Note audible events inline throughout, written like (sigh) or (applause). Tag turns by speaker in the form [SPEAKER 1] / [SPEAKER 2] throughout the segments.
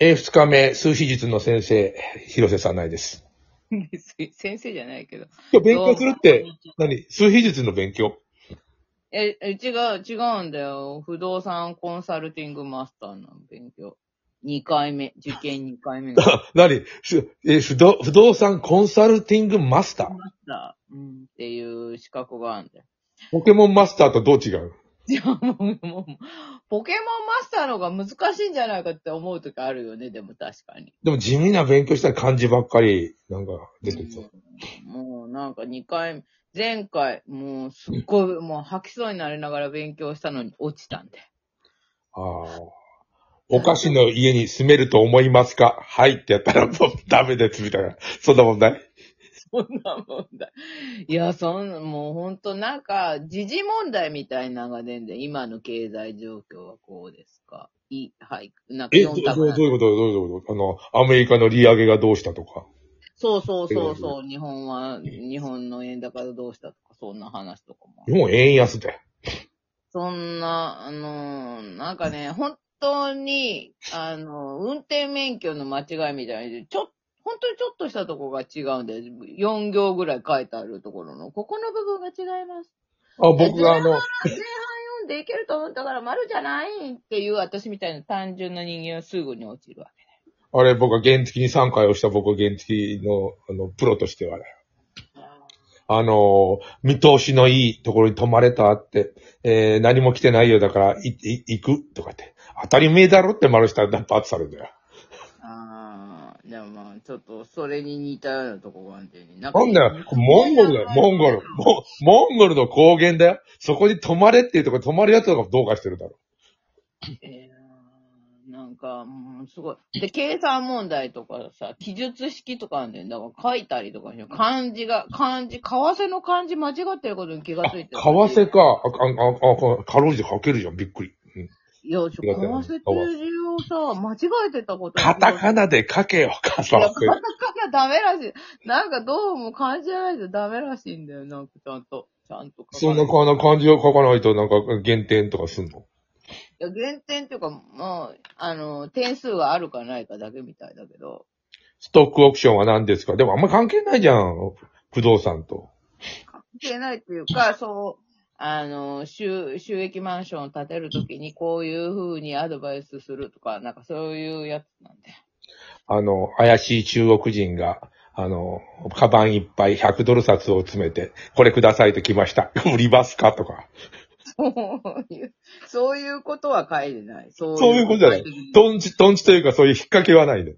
[SPEAKER 1] えー、二日目、数秘術の先生、広瀬さないです。
[SPEAKER 2] (laughs) 先生じゃないけど。
[SPEAKER 1] 今日勉強するって、何数秘術の勉強
[SPEAKER 2] え、え違う、違うんだよ。不動産コンサルティングマスターの勉強。2回目、受験2回目のマス
[SPEAKER 1] 何すえー不動不動産コンサルティングマスター (laughs)
[SPEAKER 2] ター、うん、っていう資格があるんだよ。
[SPEAKER 1] ポケモンマスターとどう違う
[SPEAKER 2] じゃあもう、もう、ポケモンマスターの方が難しいんじゃないかって思う時あるよね、でも確かに。
[SPEAKER 1] でも地味な勉強したら漢字ばっかり、なんか出てきそう。
[SPEAKER 2] もうなんか2回目、前回、もうすっごい、もう吐きそうになりながら勉強したのに落ちたんで。
[SPEAKER 1] ああ。お菓子の家に住めると思いますかはいってやったらもうダメです、みたいな。そんな問題
[SPEAKER 2] そんな問題。いや、そんな、 (laughs) もうほんとなんか、時事問題みたいなのが出んで、今の経済状況はこうですか。い、はい。なんか
[SPEAKER 1] え、ど
[SPEAKER 2] 四
[SPEAKER 1] う
[SPEAKER 2] 択
[SPEAKER 1] ど
[SPEAKER 2] な
[SPEAKER 1] うんどう
[SPEAKER 2] で
[SPEAKER 1] いう
[SPEAKER 2] す
[SPEAKER 1] ことどういうことあの、アメリカの利上げがどうしたとか。
[SPEAKER 2] そうそうそうそう、日本は、日本の円高がどうしたとか、そんな話とかも。
[SPEAKER 1] 日本円安だよ。
[SPEAKER 2] そんな、あのーなんかね、本当に、あのー運転免許の間違いみたいに、ちょ、本当にちょっとしたとこが違うんで、4行ぐらい書いてあるところの、ここの部分が違います。
[SPEAKER 1] あ、僕があの、
[SPEAKER 2] 読んでいけると思ったから丸じゃないっていう私みたいな単純な人間はすぐに落ちるわけ。
[SPEAKER 1] あれ、僕は原付に3回をした僕は原付の、あの、プロとしてはね。あの、見通しのいいところに泊まれたって、えー、何も来てないよだから、い、い、行くとかって。当たり前だろって丸したらダンパーされるんだよ。
[SPEAKER 2] ああ、でもまあ、ちょっとそれに似たようなとこがあるんだよね。な
[SPEAKER 1] なんだよ、モンゴルだよ、モンゴル。モンモンゴルの高原だよ。そこに泊まれっていうところ、泊まるやつとかどうかしてるだろ。
[SPEAKER 2] えーなんか、うんすごい。で、計算問題とかさ、記述式とかあるんだよ。だから書いたりとかしよう漢字が、漢字、為替の漢字間違ってることに気が
[SPEAKER 1] あ、
[SPEAKER 2] つい
[SPEAKER 1] 為
[SPEAKER 2] てる。
[SPEAKER 1] 替か。あ、あ、あ、あこ、かろうじて書けるじゃん、びっくり。うん
[SPEAKER 2] いや、ちょ為替っていう字をさ、間違えてたことに
[SPEAKER 1] カタカナで書けよ、カタ
[SPEAKER 2] いや、
[SPEAKER 1] カ
[SPEAKER 2] カタカナダメらしい。なんかどうも漢字じゃないとダメらしいんだよ。なんかちゃんと。ちゃんと書
[SPEAKER 1] そ
[SPEAKER 2] か
[SPEAKER 1] ん
[SPEAKER 2] ない
[SPEAKER 1] なかな漢字を書かないと、なんか減点とかすんの
[SPEAKER 2] いや、減点っていうか、もう、あの、点数があるかないかだけみたいだけど、
[SPEAKER 1] ストックオプションは何ですかでもあんま関係ないじゃん。不動産と。
[SPEAKER 2] いけないっていうか、そう、あの、収、収益マンションを建てるときにこういう風にアドバイスするとか、なんかそういうやつなんで。 (laughs)
[SPEAKER 1] あの、怪しい中国人が、あの、カバンいっぱい100ドル札を詰めて、これくださいと来ました。売りますかとか。
[SPEAKER 2] そういう、そういうことは書いてない。そう
[SPEAKER 1] そういうことじゃない。トンチ、トンチというかそういう引っ掛けはないで。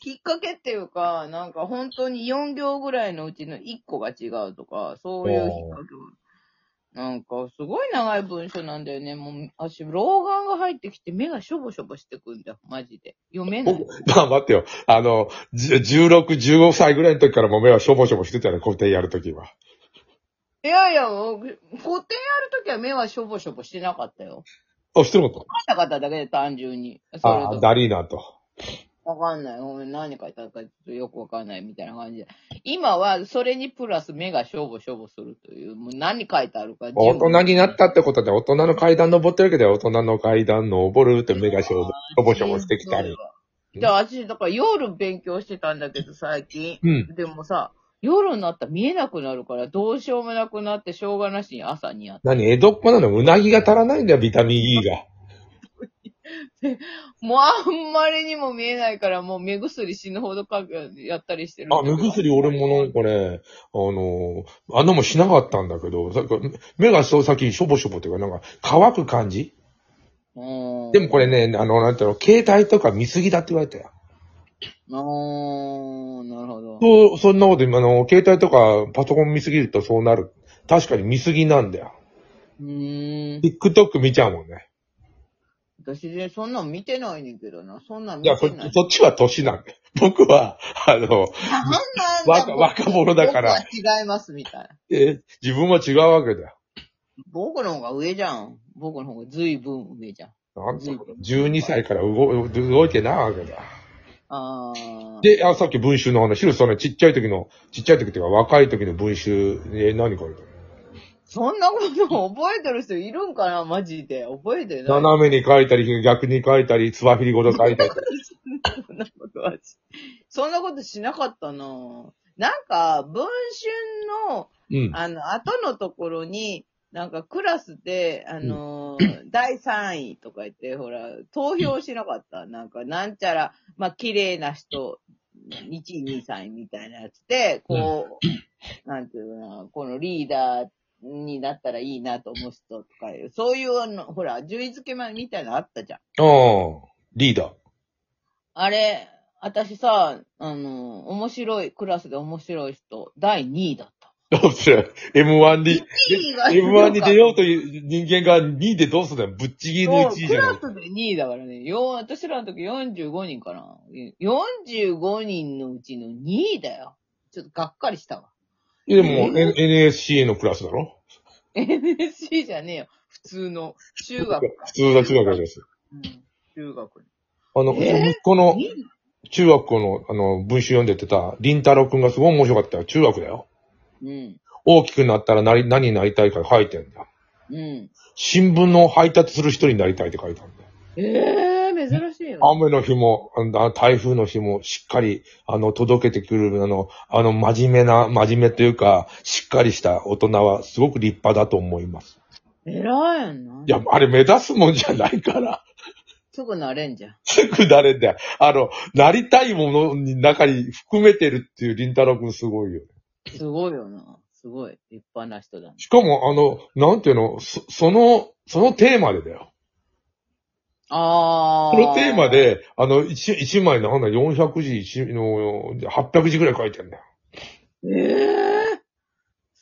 [SPEAKER 2] きっかけっていうか、なんか本当に4行ぐらいのうちの1個が違うとか、そういうきっかけは。なんかすごい長い文章なんだよね。もう、私、老眼が入ってきて目がしょぼしょぼしてくんだよ。マジで。読めない。
[SPEAKER 1] まあ待ってよ。あの、じゅ16、15歳ぐらいの時からもう目はしょぼしょぼしてたよね、古典やるときは。
[SPEAKER 2] いやいや、もう古典やるときは目はしょぼしょぼしてなかったよ。
[SPEAKER 1] あ、知ってること
[SPEAKER 2] 書いたかっただけで単純に。それ
[SPEAKER 1] あ、
[SPEAKER 2] と
[SPEAKER 1] ダリーナと。
[SPEAKER 2] わかんない。お前何書いたかちょっとよくわかんないみたいな感じで。今はそれにプラス目がしょぼしょぼするという、もう何書いてあるか。
[SPEAKER 1] 大人になったってことで、大人の階段登ってるけど、大人の階段登るって目がしょぼしょぼしてきたり。。
[SPEAKER 2] じゃあ、私、だから夜勉強してたんだけど、最近。
[SPEAKER 1] うん。
[SPEAKER 2] でもさ、夜になったら見えなくなるから、どうしようもなくなって、しょうがなしに朝にやって。
[SPEAKER 1] 何江戸っ子なのうなぎが足らないんだよ、ビタミン E が。
[SPEAKER 2] もうあんまりにも見えないから、もう目薬死ぬほどかけやったりしてるんだ
[SPEAKER 1] あ、
[SPEAKER 2] けど。
[SPEAKER 1] 目薬俺もなんかね、あのー、あんなもんしなかったんだけど、さ目がそう先にしょぼしょぼっていうか、なんか乾く感じ
[SPEAKER 2] うん。
[SPEAKER 1] でもこれね、あの、なんていうの、携帯とか見すぎだって言われたよ。
[SPEAKER 2] うん、なるほど。
[SPEAKER 1] そう、そんなこと、あの、携帯とかパソコン見すぎるとそうなる。確かに見すぎなんだよ。
[SPEAKER 2] うーん。
[SPEAKER 1] TikTok 見ちゃうもんね。
[SPEAKER 2] 私ね、そんなん見てないねんけどな。そんなん見
[SPEAKER 1] いや、そ
[SPEAKER 2] て
[SPEAKER 1] っ
[SPEAKER 2] ない。
[SPEAKER 1] ちそっちは年なんだよ。 (laughs) 僕は、あの、
[SPEAKER 2] そんなんだ
[SPEAKER 1] 若若者だから
[SPEAKER 2] 僕は違います、みたいな。
[SPEAKER 1] え自分は違うわけだよ。
[SPEAKER 2] 僕の方が上じゃん。僕の方が随分上じゃん。
[SPEAKER 1] なんていうの ?12 歳から動動いてないわけだ。
[SPEAKER 2] あー。
[SPEAKER 1] で、あ、さっき文集の話、ヒロさんね、ちっちゃい時の、ちっちゃい時っていうか若い時の文集、え、何書いたの
[SPEAKER 2] そんなこと覚えてる人いるんかなマジで。覚えてない。
[SPEAKER 1] 斜めに書いたり、逆に書いたり、つばひりごと書
[SPEAKER 2] (laughs)
[SPEAKER 1] いたり。
[SPEAKER 2] そんなことはし、そんなことしなかったななんか、文春の、
[SPEAKER 1] うん。
[SPEAKER 2] あの、後のところに、なんかクラスで、あのー第3位とか言って、ほら、投票しなかった。なんか、なんちゃら、まあ、綺麗な人、1位、2位、3位みたいなやつで、こう、なんていうのかな、このリーダーになったらいいなと思う人とかいう、そういうあの、ほら、順位付け前みたいなのあったじゃん。
[SPEAKER 1] ああ、リーダー。
[SPEAKER 2] あれ、私さ、あの、面白い、クラスで面白い人、第2位だった。
[SPEAKER 1] どうする ?M1
[SPEAKER 2] (laughs)
[SPEAKER 1] に、
[SPEAKER 2] 2位が
[SPEAKER 1] M1 に出ようという人間が2位でどうすんだよ。ぶっちぎりの1位
[SPEAKER 2] そう
[SPEAKER 1] じ
[SPEAKER 2] ク
[SPEAKER 1] ゃな
[SPEAKER 2] ラ
[SPEAKER 1] い。
[SPEAKER 2] スで2位だからね。よ、私らの時45人かな。45人のうちの2位だよ。ちょっとがっかりしたわ。 (laughs)
[SPEAKER 1] いやでも、N- NSC のクラスだろ
[SPEAKER 2] NSC じゃねえよ。普通の中学。
[SPEAKER 1] 普通の中学校です。
[SPEAKER 2] うん、中学
[SPEAKER 1] あの、うち
[SPEAKER 2] えー
[SPEAKER 1] の息子の
[SPEAKER 2] に。
[SPEAKER 1] 中学校の、あの、文集読んでてた、りんたろくんがすごい面白かったよ。中学だよ。
[SPEAKER 2] うん。
[SPEAKER 1] 大きくなったらなり何になりたいか書いてんだ。
[SPEAKER 2] うん。
[SPEAKER 1] 新聞の配達する人になりたいって書いてあるんだよ。
[SPEAKER 2] ええー、珍しいよ。
[SPEAKER 1] 雨の日も、あの台風の日も、しっかり、あの、届けてくる、あの、あの、真面目な、真面目というか、しっかりした大人は、すごく立派だと思います。
[SPEAKER 2] 偉いやんな。
[SPEAKER 1] いや、あれ目指すもんじゃないから、
[SPEAKER 2] すぐなれんじゃん。
[SPEAKER 1] すぐなれんだよ。あの、なりたいものに中に含めてるっていう、りんたろくんすごいよ。
[SPEAKER 2] すごいよな。すごい。立派な人だね。
[SPEAKER 1] しかも、あの、なんていうの、そその、そのテーマでだよ。
[SPEAKER 2] あ
[SPEAKER 1] こ
[SPEAKER 2] ー。
[SPEAKER 1] のテーマ。で、あの、一一枚なんだ、400字、一の、800字くらい書いてんだよ。
[SPEAKER 2] ええ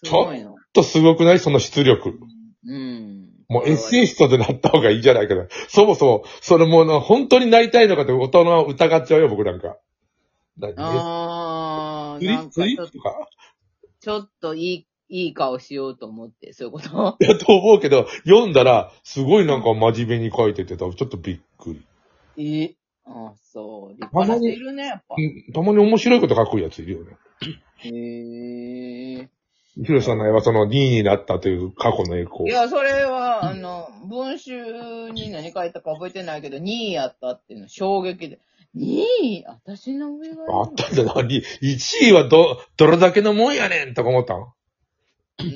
[SPEAKER 2] ー。すごいな。
[SPEAKER 1] ちょっとすごくないその出力。
[SPEAKER 2] うん。
[SPEAKER 1] もうエッセ
[SPEAKER 2] イ
[SPEAKER 1] イストでなった方がいいじゃないかな。そもそも、それもうな本当になりたいのかって大人は疑っちゃうよ、僕なんか。何
[SPEAKER 2] ああ、
[SPEAKER 1] 釣
[SPEAKER 2] な
[SPEAKER 1] り
[SPEAKER 2] んか
[SPEAKER 1] 釣
[SPEAKER 2] ち
[SPEAKER 1] り
[SPEAKER 2] ょ
[SPEAKER 1] とか
[SPEAKER 2] ちょっといい、いい顔しようと思って、そういうこと
[SPEAKER 1] (laughs) いや、と思うけど、読んだら、すごいなんか真面目に書いてて、ちょっとびっくり。
[SPEAKER 2] ええああ、そう。立派な人いるね、やっぱ。
[SPEAKER 1] うんたまに面白いこと書くやついるよね。
[SPEAKER 2] へえ。
[SPEAKER 1] ヒロさんの絵はその2位になったという過去の栄
[SPEAKER 2] い
[SPEAKER 1] 光。
[SPEAKER 2] や、それは、あの、文集に何書いたか覚えてないけど、2位やったっていうの衝撃で。2位私の上がいる
[SPEAKER 1] あったんだな、に1位はど、どれだけのもんやねんとか思ったん
[SPEAKER 2] の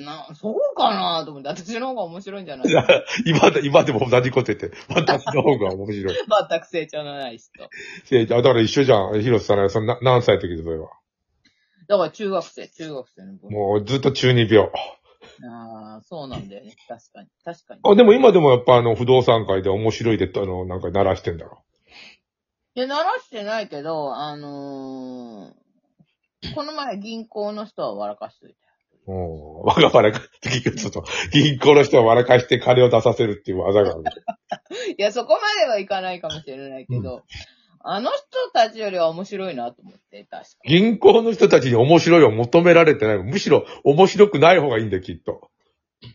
[SPEAKER 2] な、そうかなと思って、私の方が面白いんじゃない
[SPEAKER 1] いや今で、今でも同じこと言って、私の方が面白い。 (laughs)
[SPEAKER 2] 全く成長のない人。
[SPEAKER 1] いやだから一緒じゃん、ヒロさんの絵そんな何歳の時でそれは。
[SPEAKER 2] だから中学生、中学生の文集。
[SPEAKER 1] もうずっと中二病。
[SPEAKER 2] ああ、そうなんだよね。確かに。確かに。
[SPEAKER 1] あ、でも今でもやっぱあの、不動産界で面白いで、あの、なんか鳴らしてんだろ。
[SPEAKER 2] いや、鳴らしてないけど、あのー、この前銀行の人は笑かしといた。
[SPEAKER 1] うん。わがばらか、ちょっと、銀行の人を笑かして金を出させるっていう技がある。
[SPEAKER 2] いや、そこまではいかないかもしれないけど、あの人たちよりは面白いなと思って、確かに。
[SPEAKER 1] 銀行の人たちに面白いを求められてない。むしろ面白くない方がいいんだよ、きっと。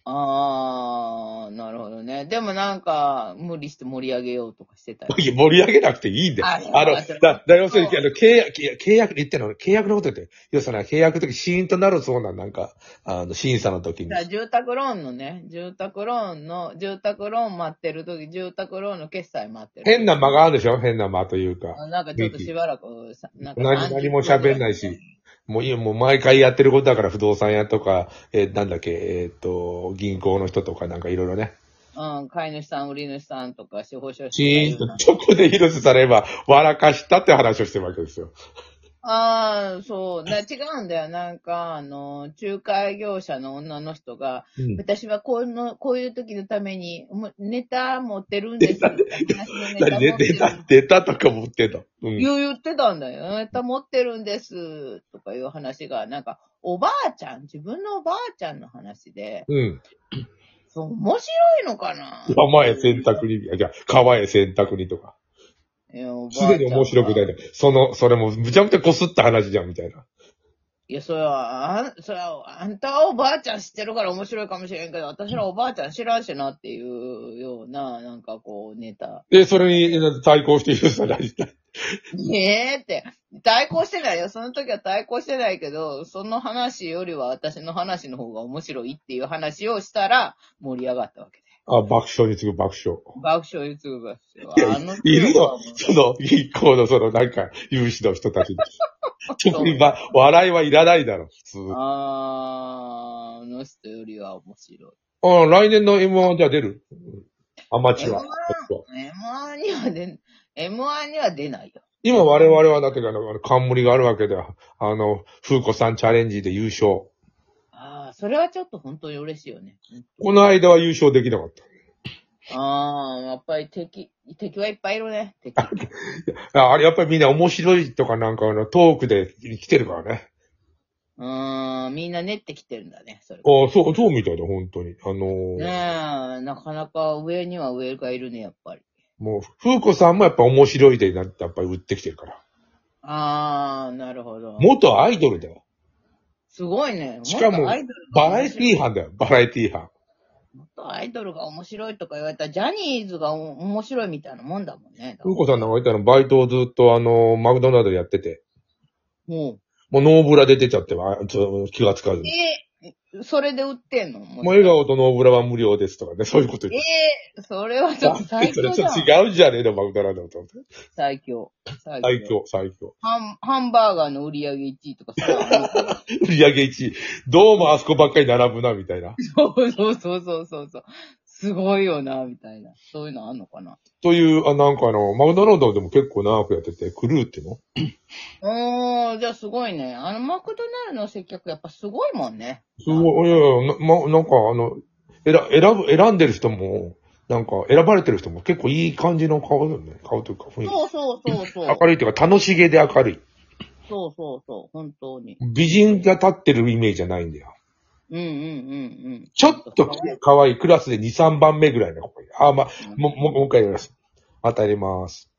[SPEAKER 2] あー、なるほどね。でもなんか、無理して盛り上げようとかしてたよ。
[SPEAKER 1] いや (laughs) 盛り上げなくていいんだよ。
[SPEAKER 2] あそう
[SPEAKER 1] あの、
[SPEAKER 2] あそう
[SPEAKER 1] だ、だ要するに、あの、契約、契約契約、言ってんの、契約のこと言って。要するに、契約の時、シーンとなるそうなん、なんか、あの、審査の時に
[SPEAKER 2] だか。ら住宅ローンのね、住宅ローンの、住宅ローン待ってる時、住宅ローンの決済待ってる。
[SPEAKER 1] 変な間があるでしょ変な間というか。
[SPEAKER 2] なんかちょっとしばらく、さなんか
[SPEAKER 1] 何何も喋んないし。もういいよ、もう毎回やってることだから、不動産屋とか、えーなんだっけ、えーっと、銀行の人とかなんかいろいろね。
[SPEAKER 2] うん、飼い主さん、売り主さんとか、司法書
[SPEAKER 1] シ
[SPEAKER 2] 士
[SPEAKER 1] ーン
[SPEAKER 2] とか
[SPEAKER 1] と、チョコで広瀬されば、笑かしたって話をしてるわけですよ。
[SPEAKER 2] ああ、そう。な違うんだよ。なんか、あの、仲介業者の女の人が、
[SPEAKER 1] うん
[SPEAKER 2] 私はこういうの、こういう時のために、もネタ持ってるんです。話のネタ
[SPEAKER 1] 何
[SPEAKER 2] 持
[SPEAKER 1] で
[SPEAKER 2] って
[SPEAKER 1] 出
[SPEAKER 2] る
[SPEAKER 1] た、出たとか持ってんの。うん。
[SPEAKER 2] 言う言ってたんだよ。ネタ持ってるんです。とかいう話が、なんか、おばあちゃん、自分のおばあちゃんの話で、
[SPEAKER 1] うん。
[SPEAKER 2] そう、面白いのかな
[SPEAKER 1] 山へ洗濯に、いや、川へ洗濯にとか。
[SPEAKER 2] いやおばあちゃ
[SPEAKER 1] す
[SPEAKER 2] んは
[SPEAKER 1] でに面白くないね。その、それも、むちゃむちゃこすった話じゃん、みたいな。
[SPEAKER 2] いや、それは、あん、それは、あんたはおばあちゃん知ってるから面白いかもしれんけど、私らおばあちゃん知らんしなっていうような、なんかこう、ネタ。 (laughs)
[SPEAKER 1] で、それに対抗して広瀬さん何した
[SPEAKER 2] ねえって、対抗してないよ。その時は対抗してないけど、その話よりは私の話の方が面白いっていう話をしたら盛り上がったわけで。
[SPEAKER 1] あ、爆笑に次ぐ爆笑。
[SPEAKER 2] 爆笑 YouTuber ですよ
[SPEAKER 1] いや
[SPEAKER 2] あの
[SPEAKER 1] いるよ
[SPEAKER 2] 人はもう
[SPEAKER 1] その、一行のその、なんか、有志の人たちに。特にば、笑いはいらないだろ、普通。
[SPEAKER 2] あーあの人よりは面白い。
[SPEAKER 1] あ来年の M1 じゃあ出るアマチュア。
[SPEAKER 2] M1 M1 には出、M1 には出ないよ。
[SPEAKER 1] 今我々はだってあの、あの冠があるわけで、あの、風子さんチャレンジで優勝。
[SPEAKER 2] ああ、それはちょっと本当に嬉しいよね。
[SPEAKER 1] この間は優勝できなかった。
[SPEAKER 2] ああ、やっぱり敵、敵はいっぱいいるね。
[SPEAKER 1] (laughs)
[SPEAKER 2] 敵。
[SPEAKER 1] ああれ、やっぱりみんな面白いとかなんかあの、トークで来てるからね。
[SPEAKER 2] うーん、みんな練ってきてるんだね、それ。
[SPEAKER 1] ああ、そう、そうみたいだ、本当に。あのー
[SPEAKER 2] ねえ、なかなか上には上がいるね、やっぱり。
[SPEAKER 1] もう、風子さんもやっぱ面白いでなって、やっぱり売ってきてるから。
[SPEAKER 2] ああ、なるほど。
[SPEAKER 1] 元アイドルだよ。
[SPEAKER 2] すごいね。
[SPEAKER 1] しかも
[SPEAKER 2] っとアイドル
[SPEAKER 1] バ
[SPEAKER 2] が
[SPEAKER 1] ラエティー班だよ、バラエティー班。
[SPEAKER 2] もっとアイドルが面白いとか言われたら、ジャニーズがお面白いみたいなもんだもんね。
[SPEAKER 1] 風子さんなんかいたらバイトをずっとあのーマクドナルドやってて、
[SPEAKER 2] も
[SPEAKER 1] もうノーブラで出ちゃって、あちょ気がつかず
[SPEAKER 2] う。
[SPEAKER 1] に。
[SPEAKER 2] え、それで売ってんのも
[SPEAKER 1] もう笑顔とノーブラは無料ですとかね、そういうこと言って
[SPEAKER 2] えー、それはちょっと最
[SPEAKER 1] それ
[SPEAKER 2] 強
[SPEAKER 1] ち
[SPEAKER 2] じ
[SPEAKER 1] ょ
[SPEAKER 2] ゃ
[SPEAKER 1] っ
[SPEAKER 2] ん
[SPEAKER 1] と。違うんじゃねえの、マクドナルドと。
[SPEAKER 2] 最強。最
[SPEAKER 1] 最。強、最強。
[SPEAKER 2] ハンハンバーガーの売り上げ1位とかそういうの
[SPEAKER 1] 売り上げ1位。どうもあそこばっかり並ぶな、みたいな。
[SPEAKER 2] そうそうそうそうそうそう。すごいよな、みたいな。そういうのあんのかな。
[SPEAKER 1] という、あ、なんかあの、マクドナルドでも結構長くやってて、クルーっていうの
[SPEAKER 2] おー、じゃあすごいね。あの、マクドナルドの接客やっぱすごいもんね。
[SPEAKER 1] すごい、いやいや、な、ま、なんかあの、えら、選ぶ、選んでる人も、なんか選ばれてる人も結構いい感じの顔だよね。顔というか雰囲気。
[SPEAKER 2] そうそうそうそう。
[SPEAKER 1] 明るいというか、楽しげで明るい。
[SPEAKER 2] そうそうそう、本当に。
[SPEAKER 1] 美人が立ってるイメージじゃないんだよ。
[SPEAKER 2] うんうんうんうん。
[SPEAKER 1] ちょっと可愛いクラスで2、3番目ぐらいの子がいる。あ、ま、も、も、もう一回やります。当たります。